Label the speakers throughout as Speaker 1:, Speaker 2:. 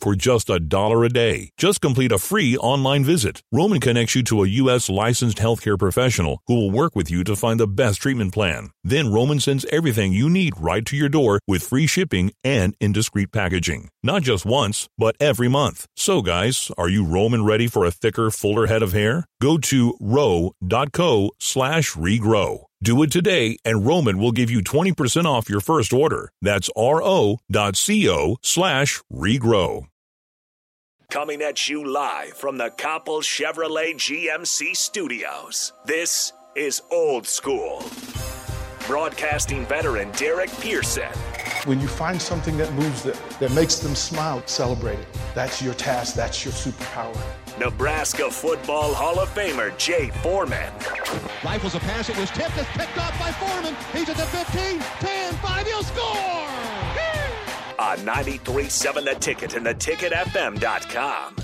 Speaker 1: for just a dollar a day. Just complete a free online visit. Roman connects you to a U.S. licensed healthcare professional who will work with you to find the best treatment plan. Then Roman sends everything you need right to your door with free shipping and indiscreet packaging. Not just once, but every month. So, guys, are you Roman ready for a thicker, fuller head of hair? Go to row.co slash regrow. Do it today, and Roman will give you 20% off your first order. That's ro.co slash regrow.
Speaker 2: Coming at you live from the Copple Chevrolet GMC studios. This is Old School. Broadcasting veteran Derek Pearson.
Speaker 3: When you find something that moves them, that makes them smile, celebrate it. That's your task, that's your superpower.
Speaker 2: Nebraska Football Hall of Famer Jay Foreman.
Speaker 4: Life was a pass. It was tipped. It's picked off by Foreman. He's at the 15, 10, 5. He'll score!
Speaker 2: On 93.7 The Ticket and theticketfm.com.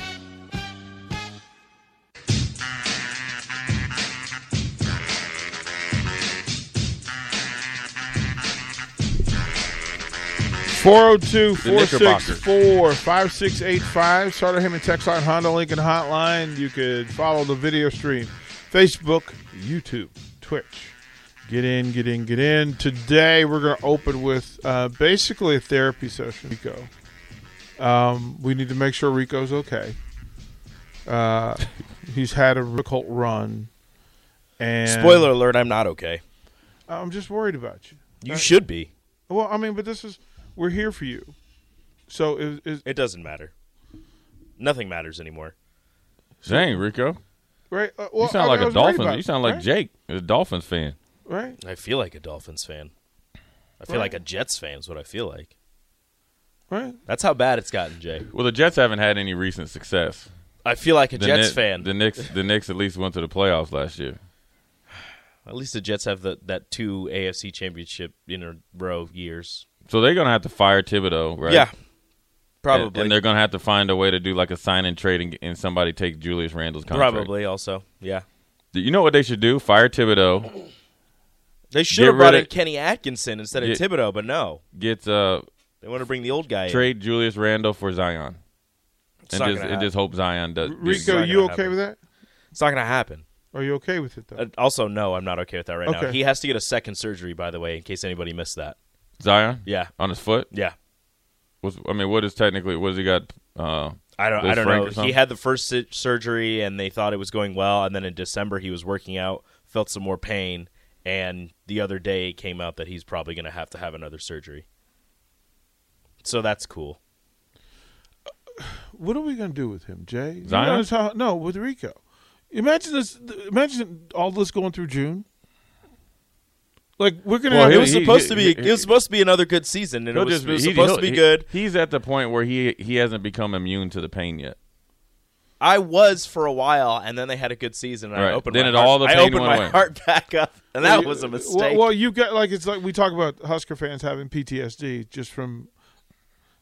Speaker 5: The Knickerbockers.
Speaker 6: 402-464-5685. Starter Heyman text line, Honda Lincoln hotline. You could follow the video stream, Facebook, YouTube, Twitch. Get in, get in, get in. Today we're going to open with uh, basically a therapy session. Rico, um, we need to make sure Rico's okay. Uh, he's had a difficult run, and
Speaker 5: Spoiler alert, I'm not okay.
Speaker 6: I'm just worried about you.
Speaker 5: You should be.
Speaker 6: Well, I mean, but this is we're here for you. So is, is
Speaker 5: It doesn't matter. Nothing matters anymore.
Speaker 7: Dang, Rico.
Speaker 6: right? uh,
Speaker 7: You
Speaker 6: well,
Speaker 7: sound
Speaker 6: I-
Speaker 7: like
Speaker 6: I
Speaker 7: a
Speaker 6: was worried
Speaker 7: Dolphin.
Speaker 6: about
Speaker 7: You
Speaker 6: it,
Speaker 7: sound like
Speaker 6: right?
Speaker 7: Jake, a Dolphins fan.
Speaker 6: Right?
Speaker 5: I feel like a Dolphins fan. I feel like a Jets fan is what I feel like.
Speaker 6: Right?
Speaker 5: That's how bad it's gotten, Jay.
Speaker 7: Well, the Jets haven't had any recent success.
Speaker 5: I feel like a
Speaker 7: The
Speaker 5: Jets
Speaker 7: Kni-
Speaker 5: fan.
Speaker 7: The Knicks, the Knicks at least went to the playoffs last year.
Speaker 5: At least the Jets have the, that two AFC championship in a row years.
Speaker 7: So they're gonna have to fire Thibodeau, right?
Speaker 5: Yeah.
Speaker 7: And-
Speaker 5: Probably.
Speaker 7: And, they're gonna have to find a way to do like a sign and trade and, and somebody take Julius Randle's contract.
Speaker 5: Probably also. Yeah.
Speaker 7: You know what they should do? Fire Thibodeau,
Speaker 5: They should
Speaker 7: Get
Speaker 5: have brought
Speaker 7: rid
Speaker 5: in
Speaker 7: of-
Speaker 5: Kenny Atkinson instead of
Speaker 7: Get-
Speaker 5: Thibodeau, but no.
Speaker 7: get uh
Speaker 5: They want to bring the old guy in.
Speaker 7: trade Julius Randle for Zion. and
Speaker 5: not
Speaker 7: just
Speaker 5: gonna
Speaker 7: and just hope Zion does.
Speaker 5: is not
Speaker 6: Rico,
Speaker 5: gonna
Speaker 6: you okay
Speaker 5: happen.
Speaker 6: with that?
Speaker 5: It's not going to happen.
Speaker 6: Are you okay with it though?
Speaker 5: Uh, Also, no, I'm not okay with that right now.
Speaker 6: Okay.
Speaker 5: He has to get a second surgery, by the way, in case anybody missed that.
Speaker 7: Zion?
Speaker 5: Yeah.
Speaker 7: On his foot?
Speaker 5: Yeah.
Speaker 7: What's, I mean, what is technically what has he got? Uh,
Speaker 5: I don't. I
Speaker 7: Liz
Speaker 5: don't
Speaker 7: Frank or
Speaker 5: know. He
Speaker 7: something?
Speaker 5: had the first su- surgery, and they thought it was going well. And then in December, he was working out, felt some more pain, and the other day it came out that he's probably going to have to have another surgery. So that's cool.
Speaker 6: What are we gonna do with him, Jay? You
Speaker 7: Zion?
Speaker 6: know it's how- no, with Rico. Imagine this. Imagine all this going through June. Like we're gonna.
Speaker 7: Well,
Speaker 6: have
Speaker 5: It
Speaker 7: He'll-
Speaker 5: was
Speaker 7: he-
Speaker 5: supposed
Speaker 7: he-
Speaker 5: to be.
Speaker 7: he-
Speaker 5: It was supposed to be another good season, and it
Speaker 7: he'll
Speaker 5: was,
Speaker 7: just
Speaker 5: it was
Speaker 7: he-
Speaker 5: supposed
Speaker 7: he'll-
Speaker 5: to be
Speaker 7: he-
Speaker 5: good.
Speaker 7: he's at the point where he he hasn't become immune to the pain yet.
Speaker 5: I was for a while, and then they had a good season. And I
Speaker 7: Right.
Speaker 5: opened
Speaker 7: Then
Speaker 5: my
Speaker 7: it
Speaker 5: heart,
Speaker 7: all the
Speaker 5: I
Speaker 7: pain
Speaker 5: opened
Speaker 7: went
Speaker 5: my
Speaker 7: away.
Speaker 5: heart back up, and that was a
Speaker 6: Well,
Speaker 5: mistake.
Speaker 6: Well, you get like it's like we talk about Husker fans having PTSD just from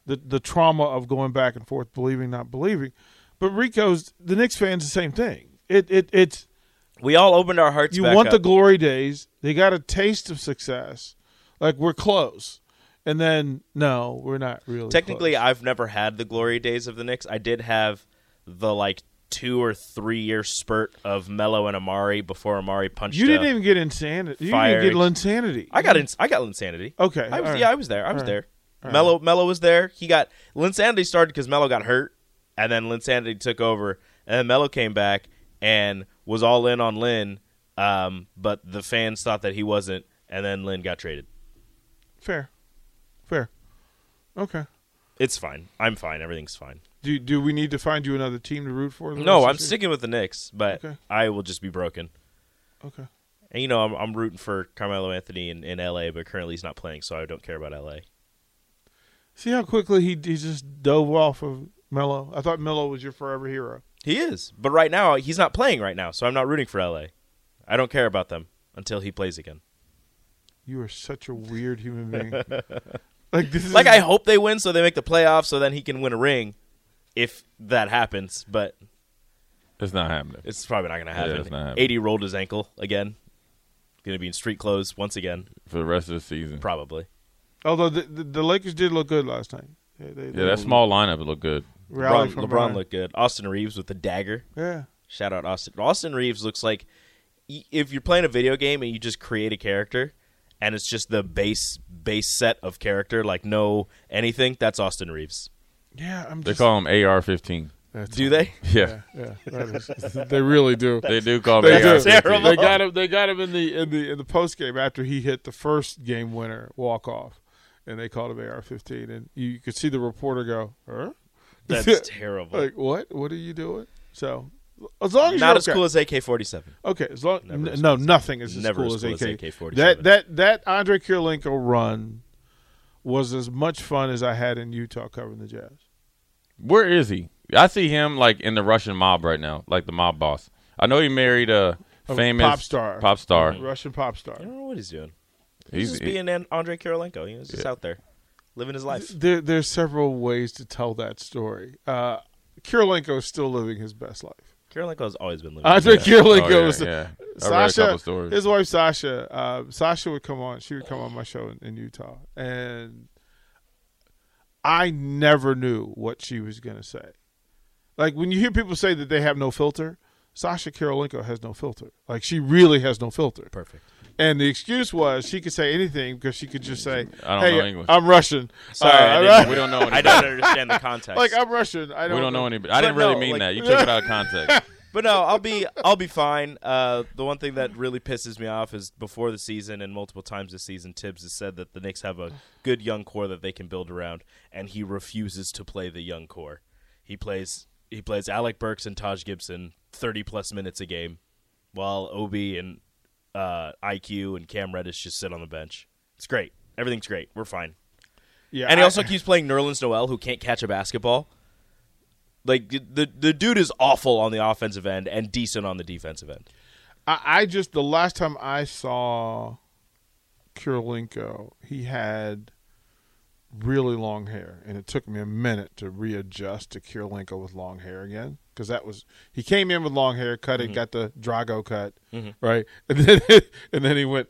Speaker 6: the the trauma of going back and forth, believing not believing. But Rico's the Knicks fans the same thing. It it it's
Speaker 5: we all opened our hearts.
Speaker 6: you
Speaker 5: back
Speaker 6: want
Speaker 5: up.
Speaker 6: the glory days. They got a taste of success. Like we're close. And then no, we're not really.
Speaker 5: Technically,
Speaker 6: close.
Speaker 5: I've never had the glory days of the Knicks. I did have the like two or three year spurt of Mello and Amari before Amari punched.
Speaker 6: you didn't
Speaker 5: a-
Speaker 6: even get insanity. You
Speaker 5: fired.
Speaker 6: didn't get insanity.
Speaker 5: I got. Ins- I got Linsanity.
Speaker 6: Okay,
Speaker 5: I was,
Speaker 6: all
Speaker 5: Yeah,
Speaker 6: right.
Speaker 5: I was there. I was
Speaker 6: All
Speaker 5: there. Mello. Mello was there. He got Linsanity started because Mello got hurt, and then Linsanity took over, and then Mello came back and was all in on Lin, um, but the fans thought that he wasn't, and then Lin got traded.
Speaker 6: fair, fair. Okay.
Speaker 5: It's fine. I'm fine. Everything's fine.
Speaker 6: Do do we need to find you another team to root for? the
Speaker 5: No,
Speaker 6: rest
Speaker 5: I'm
Speaker 6: of the
Speaker 5: sticking with the Knicks, but
Speaker 6: Okay.
Speaker 5: I will just be broken.
Speaker 6: season? Okay.
Speaker 5: And you know, I'm, I'm rooting for Carmelo Anthony in, in LA, but currently he's not playing, so I don't care about LA.
Speaker 6: See how quickly he he just dove off of Mello? I thought Mello was your forever hero.
Speaker 5: He is, but right now he's not playing right now, so I'm not rooting for LA. I don't care about them until he plays again.
Speaker 6: You are such a weird human being. like this is
Speaker 5: Like I hope they win so they make the playoffs so then he can win a ring if that happens, but
Speaker 7: It's not happening.
Speaker 5: it's probably not going to
Speaker 7: it's not
Speaker 5: happen.
Speaker 7: happening.
Speaker 5: 80 rolled his ankle again. Going to be in street clothes once again,
Speaker 7: for the rest of the season.
Speaker 5: probably.
Speaker 6: although the, the, the Lakers did look good last night. They, they,
Speaker 7: Yeah, that small lineup looked good.
Speaker 6: rally
Speaker 5: LeBron,
Speaker 6: from
Speaker 5: LeBron
Speaker 6: behind.
Speaker 5: looked good. Austin Reeves with the dagger.
Speaker 6: Yeah.
Speaker 5: Shout out Austin. Austin Reeves looks like y- if you're playing a video game and you just create a character and it's just the base base set of character like no anything, that's Austin Reeves.
Speaker 6: Yeah, I'm
Speaker 7: They
Speaker 6: just
Speaker 7: call him AR-15.
Speaker 6: That's-
Speaker 5: Do they?
Speaker 7: Yeah,
Speaker 6: Yeah, that is, they really do.
Speaker 7: they do call him
Speaker 6: They do.
Speaker 7: AR-15.
Speaker 5: terrible.
Speaker 6: They got him. They got him in the in the in the post game after he hit the first game winner walk off, and they called him AR-15, and you could see the reporter go, huh?
Speaker 5: That's terrible.
Speaker 6: like what? What are you doing? So as long as
Speaker 5: Not
Speaker 6: you're
Speaker 5: as
Speaker 6: okay.
Speaker 5: cool as AK-47.
Speaker 6: Okay, as long
Speaker 5: Never
Speaker 6: n-
Speaker 5: as
Speaker 6: no,
Speaker 5: cool as
Speaker 6: nothing is as
Speaker 5: never
Speaker 6: cool
Speaker 5: as
Speaker 6: as
Speaker 5: cool
Speaker 6: AK.
Speaker 5: as AK-47.
Speaker 6: That that that Andre Kirilenko run was as much fun as I had in Utah covering the Jazz.
Speaker 7: Where is he? I see him like in the Russian mob right now, like the mob boss. I know he married a
Speaker 6: A
Speaker 7: famous
Speaker 6: pop star.
Speaker 7: Pop star.
Speaker 6: Russian pop star.
Speaker 5: I don't know what he's doing. He's,
Speaker 7: He's,
Speaker 5: just being an Andre Kirilenko. He's just out there living his life.
Speaker 6: There, there's several ways to tell that story. Uh, Kirilenko is still living his best life.
Speaker 5: Kirilenko's always been living. his
Speaker 6: Andre
Speaker 5: life.
Speaker 6: Kirilenko
Speaker 7: Oh, yeah,
Speaker 6: was
Speaker 7: yeah. I read a
Speaker 6: Sasha.
Speaker 7: couple stories.
Speaker 6: His wife Sasha. Uh, Sasha would come on. She would come on my show in, in Utah, and I never knew what she was going to say. Like when you hear people say that they have no filter, Sasha Kirilenko has no filter. Like she really has no filter.
Speaker 5: Perfect.
Speaker 6: And the excuse was she could say anything because she could just say,
Speaker 7: I don't
Speaker 6: "Hey,
Speaker 7: know English."
Speaker 6: I'm Russian."
Speaker 5: Sorry, I
Speaker 6: Uh,
Speaker 5: didn't-
Speaker 7: we don't know. Anybody.
Speaker 5: I don't understand the context.
Speaker 6: like I'm Russian. I don't
Speaker 7: we don't know
Speaker 6: any.
Speaker 7: anybody. I didn't
Speaker 5: But no,
Speaker 7: really mean
Speaker 5: like-
Speaker 7: that. You took it out of context.
Speaker 5: But no, I'll be I'll be fine. Uh, the one thing that really pisses me off is before the season and multiple times this season, Tibbs has said that the Knicks have a good young core that they can build around, and he refuses to play the young core. He plays he plays Alec Burks and Taj Gibson thirty plus minutes a game, while Obi and uh, IQ and Cam Reddish just sit on the bench. It's great. Everything's great. We're fine.
Speaker 6: Yeah,
Speaker 5: And he
Speaker 6: I-
Speaker 5: also keeps playing Nerlens Noel, who can't catch a basketball. Like the- the the dude is awful on the offensive end and decent on the defensive end.
Speaker 6: I, I just the last time I saw Kirilenko, he had really long hair, and it took me a minute to readjust to Kirilenko with long hair again because that was he came in with long hair, cut
Speaker 5: Mm-hmm.
Speaker 6: it, got the Drago cut, right, and then and then he went.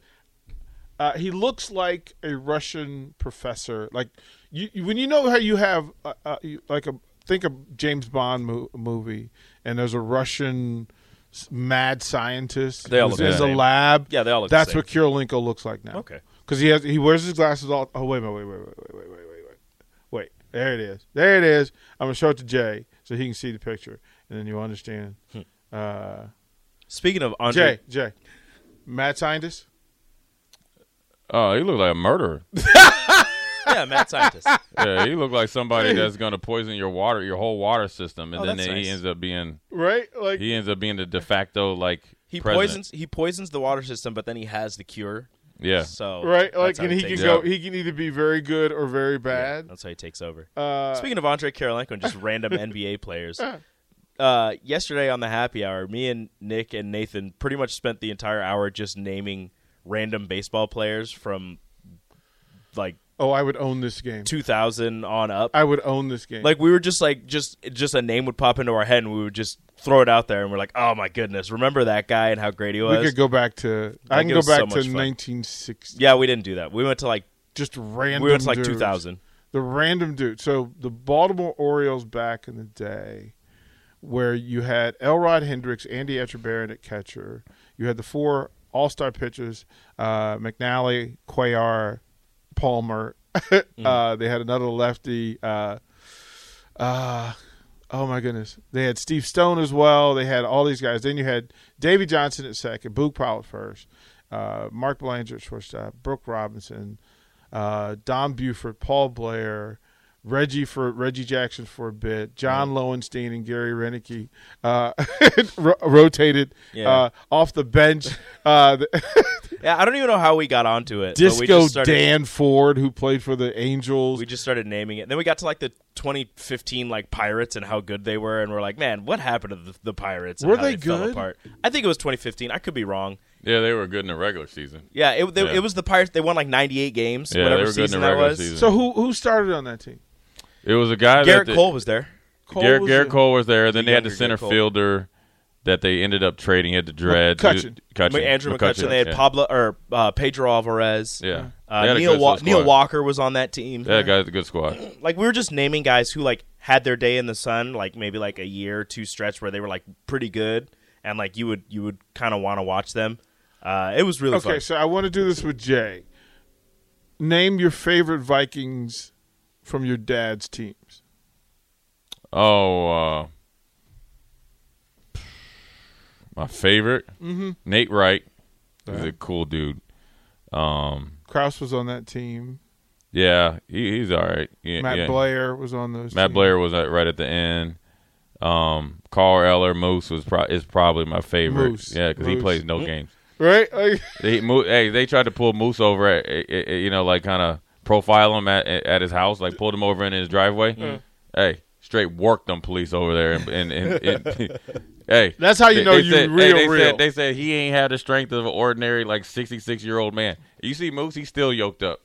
Speaker 6: Uh, he looks like a Russian professor. Like you, you when you know how you have uh, uh, you, like a think of James Bond mo- movie, and there's a Russian s- mad scientist.
Speaker 5: They all
Speaker 6: who's
Speaker 5: look the
Speaker 6: in the
Speaker 5: same.
Speaker 6: lab.
Speaker 5: Yeah, they all look the
Speaker 6: That's
Speaker 5: same.
Speaker 6: what Kirilenko looks like now.
Speaker 5: Okay.
Speaker 6: because he has he wears his glasses all. Oh wait, a minute, wait, wait, wait, wait, wait, wait, wait, wait. Wait, there it is. There it is. I'm gonna show it to Jay so he can see the picture, and then you'll understand. Uh,
Speaker 5: Speaking of Andre,
Speaker 6: Jay, Jay, mad scientist.
Speaker 7: Oh, he looked like a murderer.
Speaker 5: yeah, Matt Scientist.
Speaker 7: Yeah, he looked like somebody that's going to poison your water, your whole water system, and
Speaker 5: Oh,
Speaker 7: then
Speaker 5: that's
Speaker 7: he
Speaker 5: nice.
Speaker 7: ends up being
Speaker 6: Right, like
Speaker 7: he ends up being the de facto like
Speaker 5: He
Speaker 7: president.
Speaker 5: poisons he poisons the water system, but then he has the cure.
Speaker 7: Yeah,
Speaker 5: So
Speaker 6: right?
Speaker 5: that's
Speaker 6: Like,
Speaker 5: how
Speaker 6: and he can
Speaker 5: takes
Speaker 6: go.
Speaker 5: over.
Speaker 6: He can either be very good or very bad.
Speaker 5: That's how he takes over.
Speaker 6: Uh,
Speaker 5: Speaking of Andre Kirilenko and just random NBA players,
Speaker 6: Uh-huh.
Speaker 5: uh, yesterday on the happy hour, me and Nick and Nathan pretty much spent the entire hour just naming random baseball players from like
Speaker 6: oh, I would own this game.
Speaker 5: 2000 on up.
Speaker 6: I would own this game.
Speaker 5: Like we were just like just just a name would pop into our head and we would just throw it out there and we're like, "Oh my goodness, remember that guy and how great he
Speaker 6: we
Speaker 5: was?"
Speaker 6: could go back to. I can
Speaker 5: think it
Speaker 6: go
Speaker 5: was
Speaker 6: back
Speaker 5: so
Speaker 6: to
Speaker 5: much fun.
Speaker 6: 1960.
Speaker 5: yeah, we didn't do that. We went to like
Speaker 6: Just random.
Speaker 5: we went to like
Speaker 6: dudes.
Speaker 5: 2000.
Speaker 6: The random dude. So the Baltimore Orioles back in the day, where you had Elrod Hendricks, Andy Etchebarren at catcher. You had the four All Star pitchers: uh, McNally, Cuellar, Palmer. uh, they had another lefty. Uh, uh, oh my goodness. They had Steve Stone as well. They had all these guys. Then you had Davey Johnson at second, Boog Powell at first, uh, Mark Belanger at shortstop, Brooke Robinson, uh, Don Buford, Paul Blair, Reggie for Reggie Jackson for a bit. John Lowenstein and Gary Renicky uh, ro- rotated
Speaker 5: Yeah.
Speaker 6: uh, off the bench. Uh, the-
Speaker 5: Yeah, I don't even know how we got onto it. but we
Speaker 6: Disco
Speaker 5: just started,
Speaker 6: Dan Ford, who played for the Angels.
Speaker 5: We just started naming it. Then we got to like the 2015 like Pirates and how good they were, and we're like, man, what happened to the, the Pirates? and
Speaker 6: Were
Speaker 5: how
Speaker 6: they
Speaker 5: Fell
Speaker 6: good?
Speaker 5: apart. I think it was 2015. I could be wrong.
Speaker 7: Yeah, they were good in the regular season.
Speaker 5: Yeah, it, they,
Speaker 7: Yeah.
Speaker 5: it was the Pirates. They won like 98 games.
Speaker 7: Yeah,
Speaker 5: whatever
Speaker 7: they were good in the
Speaker 5: season that
Speaker 7: regular
Speaker 5: was.
Speaker 7: season.
Speaker 6: so who who started on that team?
Speaker 7: It was a guy
Speaker 5: Garrett
Speaker 7: that the-
Speaker 5: Cole was there.
Speaker 6: Cole
Speaker 7: Garrett,
Speaker 6: was
Speaker 7: Garrett
Speaker 6: the-
Speaker 7: Cole was there. Then they had the
Speaker 5: younger
Speaker 7: center
Speaker 5: Garrett Cole.
Speaker 7: fielder that they ended up trading. He had to dread
Speaker 6: McCutcheon.
Speaker 7: Cutchin.
Speaker 5: Andrew McCutcheon. They had
Speaker 7: yeah.
Speaker 5: Pablo or uh, Pedro Alvarez.
Speaker 7: Yeah, They
Speaker 5: Uh,
Speaker 7: had a
Speaker 5: Neil,
Speaker 7: good
Speaker 5: Wa-
Speaker 7: squad.
Speaker 5: Neil Walker was on that team.
Speaker 7: That guy's a good squad.
Speaker 5: Like we were just naming guys who like had their day in the sun, like maybe like a year or two stretch where they were like pretty good, and like you would you would kind of want to watch them. Uh, it was really
Speaker 6: Okay,
Speaker 5: fun.
Speaker 6: so I want to do this with Jay. Name your favorite Vikings from your dad's teams.
Speaker 7: Oh, uh, my favorite
Speaker 5: Mm-hmm.
Speaker 7: Nate Wright. He's a cool dude.
Speaker 6: Kraus was on that team.
Speaker 7: Yeah, he, he's all right. Yeah,
Speaker 6: Matt
Speaker 7: yeah.
Speaker 6: Blair was on those.
Speaker 7: Matt
Speaker 6: teams.
Speaker 7: Blair was at, right at the end. Um, Carl Eller Moose was pro- is probably my favorite.
Speaker 6: Moose.
Speaker 7: Yeah, because he
Speaker 6: Moose.
Speaker 7: plays no games.
Speaker 6: right? Like,
Speaker 7: They, Mo- hey, they tried to pull Moose over, at, eh, eh, eh, you know, like kind of profile him at, at his house, like pulled him over in his driveway. Hey, straight worked them police over there, and, and, and, and- hey,
Speaker 6: That's how you know you
Speaker 7: said,
Speaker 6: real,
Speaker 7: they
Speaker 6: real.
Speaker 7: Said, they said he ain't had the strength of an ordinary like sixty six year old man. You see Moose, he's still yoked up.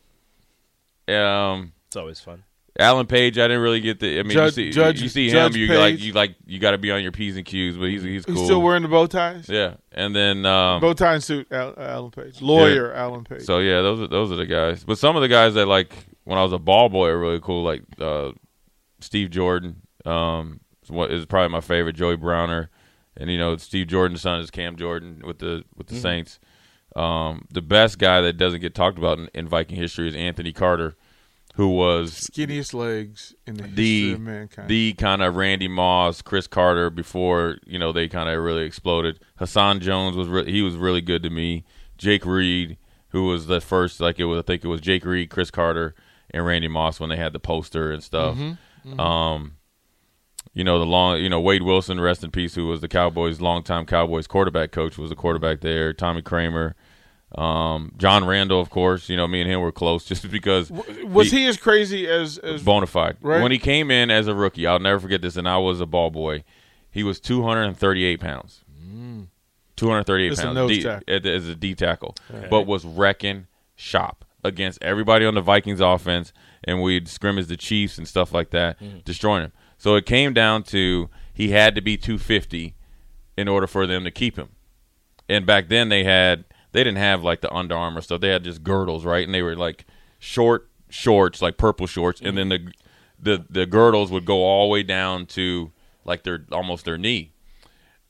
Speaker 7: Um,
Speaker 5: It's always fun.
Speaker 7: Alan Page, I didn't really get the. I mean,
Speaker 6: Judge-
Speaker 7: you see,
Speaker 6: Judge-
Speaker 7: you see
Speaker 6: Judge
Speaker 7: him, you like,
Speaker 6: Page.
Speaker 7: you like, you got to be on your p's and q's, but he's he's cool.
Speaker 6: he's still wearing the bow ties.
Speaker 7: yeah, and then um,
Speaker 6: Bow tie and suit, Al- Alan Page. Lawyer, Alan Page.
Speaker 7: So yeah, those are those are the guys. But some of the guys that like when I was a ball boy are really cool. Like uh, Steve Jordan, um, is what is probably my favorite. Joey Browner, and you know Steve Jordan's son is Cam Jordan with the with
Speaker 6: Mm-hmm.
Speaker 7: the Saints. Um, the best guy that doesn't get talked about in, in Viking history is Anthony Carter, who was
Speaker 6: Skinniest legs in the history
Speaker 7: the
Speaker 6: of mankind.
Speaker 7: the kind of Randy Moss, Chris Carter before you know they kind of really exploded. Hassan Jones was re- he was really good to me. Jake Reed, who was the first like it was I think it was Jake Reed, Chris Carter, and Randy Moss when they had the poster and stuff.
Speaker 6: Mm-hmm.
Speaker 7: Um, you know the long you know Wade Wilson, rest in peace, who was the Cowboys longtime Cowboys quarterback coach, was the quarterback there. Tommy Kramer. Um, John Randall, of course, you know, me and him were close just because
Speaker 6: was he as crazy as, as
Speaker 7: bona fide.
Speaker 6: Right.
Speaker 7: When he came in as a rookie, I'll never forget this, and I was a ball boy. He was 238 pounds. 238
Speaker 6: It's a
Speaker 7: pounds
Speaker 6: nose
Speaker 7: D-
Speaker 6: tackle.
Speaker 7: at- as a D tackle, but was wrecking shop against everybody on the Vikings offense, and we'd scrimmage the Chiefs and stuff like that, destroying him. So it came down to he had to be 250 in order for them to keep him. And back then they had they didn't have like the Under Armour stuff. They had just girdles, right? And they were like short shorts, like purple shorts, and then the the the girdles would go all the way down to like their almost their knee.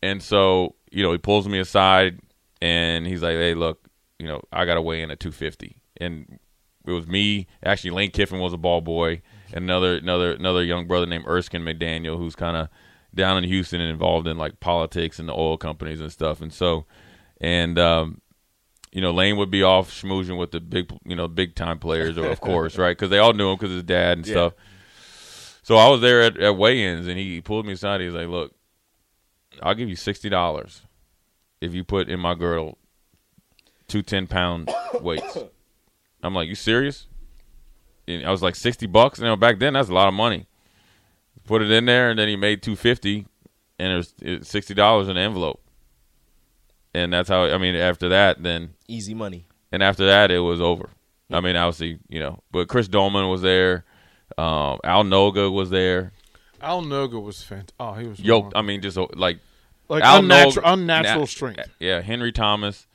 Speaker 7: And so, you know, he pulls me aside and he's like, "Hey, look, you know, I got to weigh in at 250." And it was me. Actually, Lane Kiffin was a ball boy, and another another another young brother named Erskine McDaniel, who's kind of down in Houston and involved in like politics and the oil companies and stuff. And so, and um, you know, Lane would be off schmoozing with the big, you know, big time players, or of course, right? Because they all knew him because his dad and stuff. So I was there at, at weigh-ins, and he pulled me aside. He's like, "Look, I'll give you sixty dollars if you put in my girdle two ten pound weights." I'm like, "You serious?" And I was like, 60 bucks." You know, back then that's a lot of money. Put it in there, and then he made two fifty, and it was, it was sixty dollars in the envelope. And that's how I mean. After that, then
Speaker 5: Easy money.
Speaker 7: and after that it was over. I mean, obviously, you know, but Chris Dolman was there. Um, Al Noga was there.
Speaker 6: Al Noga was fantastic. Oh, he was
Speaker 7: Yoked. I
Speaker 6: wrong.
Speaker 7: mean, just uh, like
Speaker 6: like
Speaker 7: Al
Speaker 6: unnatural,
Speaker 7: Noga-
Speaker 6: unnatural
Speaker 7: na-
Speaker 6: strength.
Speaker 7: Yeah, Henry Thomas.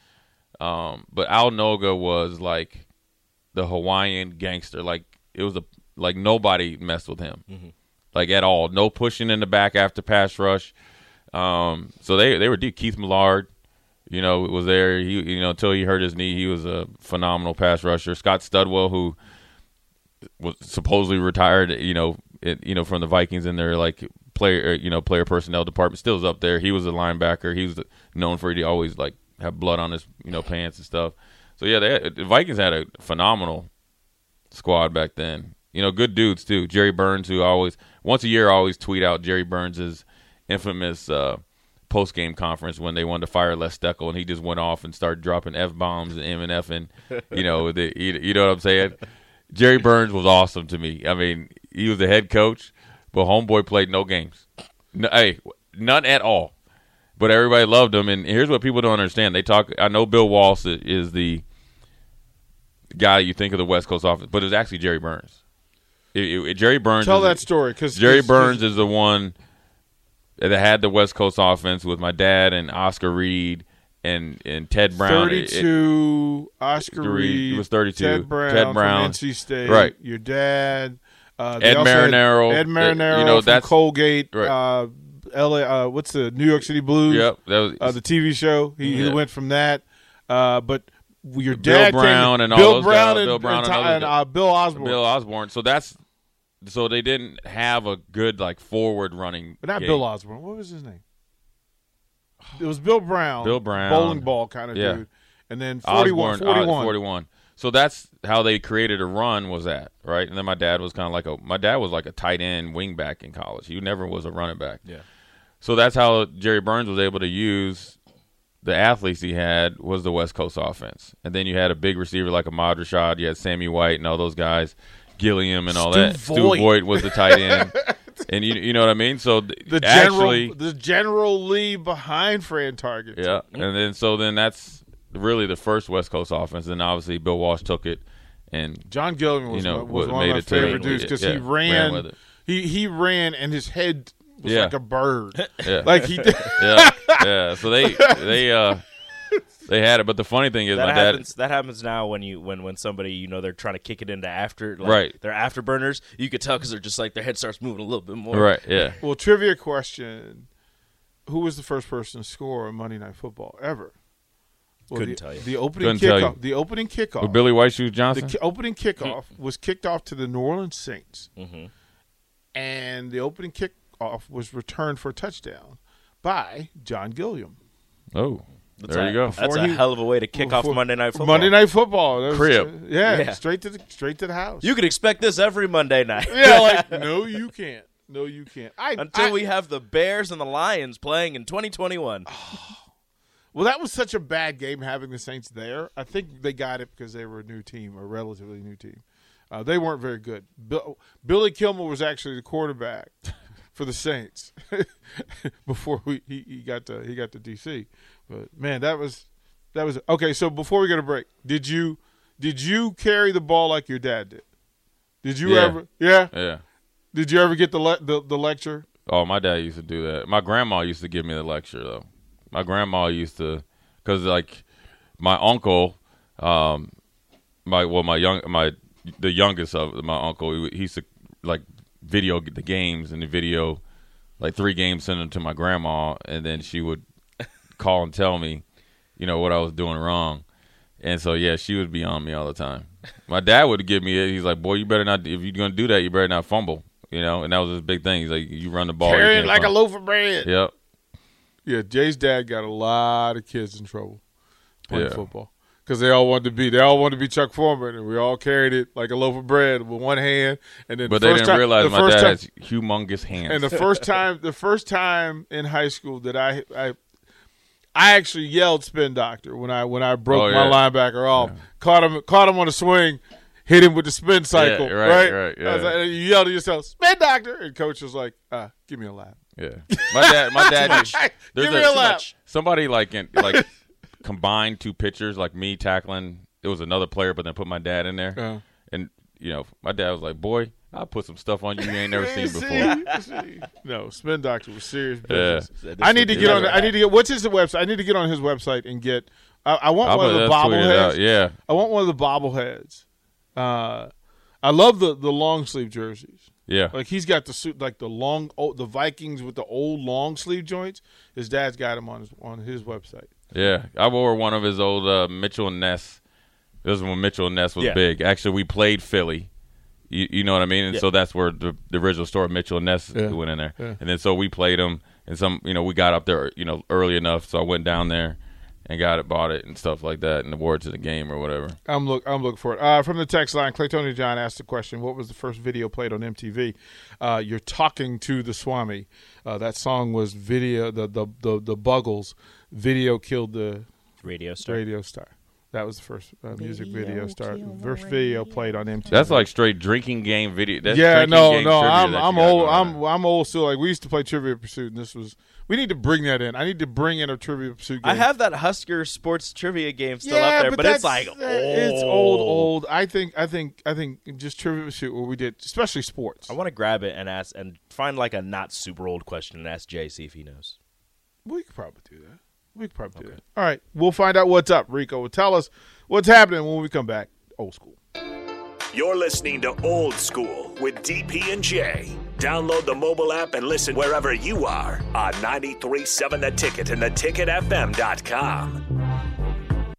Speaker 7: Um, but Al Noga was like the Hawaiian gangster. Like it was a like nobody messed with him, like at all. No pushing in the back after pass rush. Um, so they they were deep. Keith Millard, you know, was there. He you know until he hurt his knee, he was a phenomenal pass rusher. Scott Studwell, who was supposedly retired, you know, it, you know from the Vikings in their like player, uh, you know, player personnel department. Still is up there. He was a linebacker. He was known for he always like have blood on his you know pants and stuff. So yeah, they, the Vikings had a phenomenal squad back then, You know, good dudes too. Jerry Burns, who always once a year I always tweet out Jerry Burns's infamous uh, post game conference when they wanted to fire Les Steckel, and he just went off and started dropping f bombs and M and F and you know the, you, you know what I'm saying. Jerry Burns was awesome to me. I mean, he was the head coach, but homeboy played no games. No, hey, none at all but everybody loved him. And here's what people don't understand: they talk. I know Bill Walsh i- is the guy you think of the West Coast offense, but it's actually Jerry Burns. It- it- it- Jerry Burns.
Speaker 6: Tell
Speaker 7: is-
Speaker 6: that story because
Speaker 7: Jerry Burns is the one that had the West Coast offense with my dad and Oscar Reed and and Ted Brown. It- it-
Speaker 6: thirty-two. Oscar
Speaker 7: Reed
Speaker 6: Reed
Speaker 7: was 32.
Speaker 6: Ted Brown,
Speaker 7: Ted
Speaker 6: from
Speaker 7: Brown.
Speaker 6: NC State.
Speaker 7: Right.
Speaker 6: Your dad. Uh, they
Speaker 7: Ed
Speaker 6: also had
Speaker 7: Marinaro.
Speaker 6: Ed
Speaker 7: Uh, you
Speaker 6: Marinaro.
Speaker 7: know,
Speaker 6: from
Speaker 7: that's-
Speaker 6: Colgate.
Speaker 7: Right.
Speaker 6: Uh, LA. Uh, what's the New York City Blues?
Speaker 7: yep, that was
Speaker 6: uh, the TV show. He, he
Speaker 7: Yeah.
Speaker 6: went from that, uh, but your
Speaker 7: Bill
Speaker 6: dad came-
Speaker 7: Brown and all
Speaker 6: Bill
Speaker 7: those
Speaker 6: Brown
Speaker 7: guys,
Speaker 6: and
Speaker 7: Bill Brown
Speaker 6: and,
Speaker 7: and
Speaker 6: Ty-
Speaker 7: those
Speaker 6: and
Speaker 7: guys.
Speaker 6: uh, Bill Osborne.
Speaker 7: Bill Osborne. So that's so they didn't have a good like forward running.
Speaker 6: but not
Speaker 7: game.
Speaker 6: Bill Osborne. What was his name? It was Bill Brown.
Speaker 7: Bill Brown.
Speaker 6: bowling ball kind of
Speaker 7: Yeah.
Speaker 6: dude. And then 41,
Speaker 7: Osborne,
Speaker 6: 41.
Speaker 7: 41. So that's how they created a run was that, right? And then my dad was kind of like a my dad was like a tight end wing back in college. He never was a running back. Yeah. So that's how Jerry Burns was able to use the athletes he had was the West Coast offense. And then you had a big receiver like Ahmad Rashad, you had Sammy White and all those guys, Gilliam and all
Speaker 6: Stu
Speaker 7: that.
Speaker 6: Voigt.
Speaker 7: Stu Voigt was the tight end. and you you know what I mean? So th-
Speaker 6: The general,
Speaker 7: actually
Speaker 6: the general Lee behind Fran Target.
Speaker 7: yeah, and then so then that's really the first West Coast offense. And obviously Bill Walsh took it, and
Speaker 6: John Gilliam was,
Speaker 7: You know,
Speaker 6: my- was
Speaker 7: what
Speaker 6: one
Speaker 7: made
Speaker 6: of my
Speaker 7: it to-
Speaker 6: favorite dudes because
Speaker 7: yeah,
Speaker 6: he
Speaker 7: ran
Speaker 6: ran,
Speaker 7: with it.
Speaker 6: he he ran and his head was
Speaker 7: Yeah.
Speaker 6: like a bird,
Speaker 7: Yeah.
Speaker 6: like he
Speaker 7: yeah, yeah. So they they uh they had it. But the funny thing is,
Speaker 5: That
Speaker 7: my
Speaker 5: happens. That happens now when you when when somebody you know they're trying to kick it into after like,
Speaker 7: Right.
Speaker 5: They're afterburners. You could tell because they're just like their head starts moving a little bit more.
Speaker 7: dad right, yeah.
Speaker 6: Well, trivia question: Who was the first person to score on Monday Night Football ever? Well,
Speaker 5: Couldn't
Speaker 6: the,
Speaker 5: tell you.
Speaker 6: The opening
Speaker 7: Couldn't tell
Speaker 6: kickoff.
Speaker 7: you.
Speaker 6: The opening
Speaker 7: With Mm-hmm.
Speaker 6: kickoff.
Speaker 7: Billy White Shoes
Speaker 6: the
Speaker 7: Johnson,
Speaker 6: ki- opening kickoff was kicked off to the New Orleans Saints,
Speaker 7: Mm-hmm.
Speaker 6: and the opening kickoff was returned for a touchdown by John Gilliam.
Speaker 7: oh,
Speaker 5: That's
Speaker 7: there
Speaker 5: a-
Speaker 7: you go.
Speaker 5: That's
Speaker 6: Before
Speaker 5: a
Speaker 6: he-
Speaker 5: hell of a way to kick off
Speaker 6: For-
Speaker 5: Monday night football.
Speaker 6: Monday Night Football. That was-
Speaker 7: Crib.
Speaker 6: Yeah,
Speaker 5: Yeah.
Speaker 6: straight to the straight to the house.
Speaker 5: You could expect this every Monday night.
Speaker 6: yeah, like no, you can't. No, you can't. I
Speaker 5: Until
Speaker 6: I-
Speaker 5: we have the Bears and the Lions playing in 2021.
Speaker 6: Oh, Well, that was such a bad game having the Saints there. I think they got it because they were a new team, a relatively new team. Uh, they weren't very good. Bill, Billy Kilmer was actually the quarterback for the Saints before we, he, he got to he got to DC. But man, that was that was okay. So before we go to break, did you did you carry the ball like your dad did? Did you
Speaker 7: Yeah.
Speaker 6: ever? Yeah.
Speaker 7: Yeah.
Speaker 6: Did you ever get the le- the, the lecture?
Speaker 7: Oh, my dad used to do that. My grandma used to give me the lecture though. My grandma used to, cause like my uncle, um, my well, my young, my the youngest of my uncle, he, he used to like video the games and the video, like three games, send them to my grandma, and then she would call and tell me, you know, what I was doing wrong. And so yeah, she would be on me all the time. My dad would give me it. He's like, "Boy, you better not. If you're gonna do that, you better not fumble." You know, and that was his big thing. He's like, "You run the ball, Oh, you
Speaker 6: Carry it
Speaker 7: can't
Speaker 6: like a
Speaker 7: fumble."
Speaker 6: loaf of bread.
Speaker 7: Yep.
Speaker 6: Yeah, Jay's dad got a lot of kids in trouble playing
Speaker 7: Yeah.
Speaker 6: football because they all wanted to be they all wanted to be Chuck Foreman, and we all carried it like a loaf of bread with one hand. And then
Speaker 7: But
Speaker 6: the
Speaker 7: they
Speaker 6: first
Speaker 7: didn't
Speaker 6: time,
Speaker 7: realize
Speaker 6: the
Speaker 7: my
Speaker 6: first
Speaker 7: dad
Speaker 6: time,
Speaker 7: has humongous hands.
Speaker 6: and the first time, the first time in high school that I, I, I actually yelled "spin doctor" when I when I broke
Speaker 7: Oh,
Speaker 6: my
Speaker 7: yeah.
Speaker 6: linebacker off, caught him caught him on a swing, hit him with the spin cycle.
Speaker 7: right,
Speaker 6: right,
Speaker 7: right,
Speaker 6: I was
Speaker 7: yeah.
Speaker 6: like, you yelled to yourself, "Spin doctor," and coach was like, uh, "Give me a lap."
Speaker 7: yeah, my dad, my dad, used- there's
Speaker 6: Give me a
Speaker 7: too
Speaker 6: lap.
Speaker 7: much. Somebody like in, like combined two pitchers, like me tackling. It was another player, but then put my dad in there,
Speaker 6: Uh-huh.
Speaker 7: and you know, my dad was like, "Boy, I put some stuff on you you ain't never seen
Speaker 6: See?
Speaker 7: before."
Speaker 6: See? no, Spin Doctor was serious business.
Speaker 5: This
Speaker 6: I need
Speaker 5: would
Speaker 6: to
Speaker 5: be
Speaker 6: get on.
Speaker 5: never
Speaker 6: I need to get. What's his website? I need to get on his website and get. I, I want
Speaker 7: I'll
Speaker 6: one of the
Speaker 7: put- I'll tweet it out.
Speaker 6: bobbleheads.
Speaker 7: Yeah,
Speaker 6: I want one of the bobbleheads. Uh, I love the the long sleeve jerseys.
Speaker 7: yeah.
Speaker 6: Like he's got the suit, like the long, oh, the Vikings with the old long sleeve joints. His dad's got him on his on his website.
Speaker 7: Yeah, I wore one of his old uh, Mitchell and Ness. This is when Mitchell and Ness was
Speaker 5: Yeah.
Speaker 7: big. Actually, we played Philly. You, you know what I mean? And so that's where the, the original story of Mitchell and Ness
Speaker 6: Yeah.
Speaker 7: went in there.
Speaker 6: Yeah.
Speaker 7: And then so we played them, and some you know we got up there you know early enough, so I went down there, and got it, bought it, and stuff like that, and the award to the game or whatever.
Speaker 6: I'm look. I'm looking for it. Uh, from the text line, Claytonia John asked the question: What was the first video played on MTV? Uh, You're talking to the Swami. Uh, that song was video. The the the, the Buggles. Video killed the
Speaker 8: Radio Star.
Speaker 6: radio star. That was the first uh, music video star. First video played on MTV.
Speaker 7: That's like straight drinking game video. That's
Speaker 6: yeah,
Speaker 7: drinking
Speaker 6: no,
Speaker 7: game
Speaker 6: no.
Speaker 7: trivia
Speaker 6: I'm
Speaker 7: that you
Speaker 6: I'm
Speaker 7: got
Speaker 6: old.
Speaker 7: going on.
Speaker 6: I'm I'm old still. Like we used to play Trivia Pursuit, and this was. We need to bring that in. I need to bring in a Trivia Pursuit. Game.
Speaker 5: I have that Husker sports trivia game still
Speaker 6: yeah,
Speaker 5: up there, but, it's
Speaker 6: that's-
Speaker 5: like oh.
Speaker 6: uh, it's old, old. I think, I think, I think, just trivia shoot what we did, especially sports.
Speaker 5: I want to grab it and ask and find like a not super old question and ask Jay see if he knows.
Speaker 6: We could probably do that. We could probably do that. All right, we'll find out what's up. Rico will tell us what's happening when we come back. Old school.
Speaker 2: You're listening to Old School with DP and J. Download the mobile app and listen wherever you are on 937 The Ticket and theticketfm.com.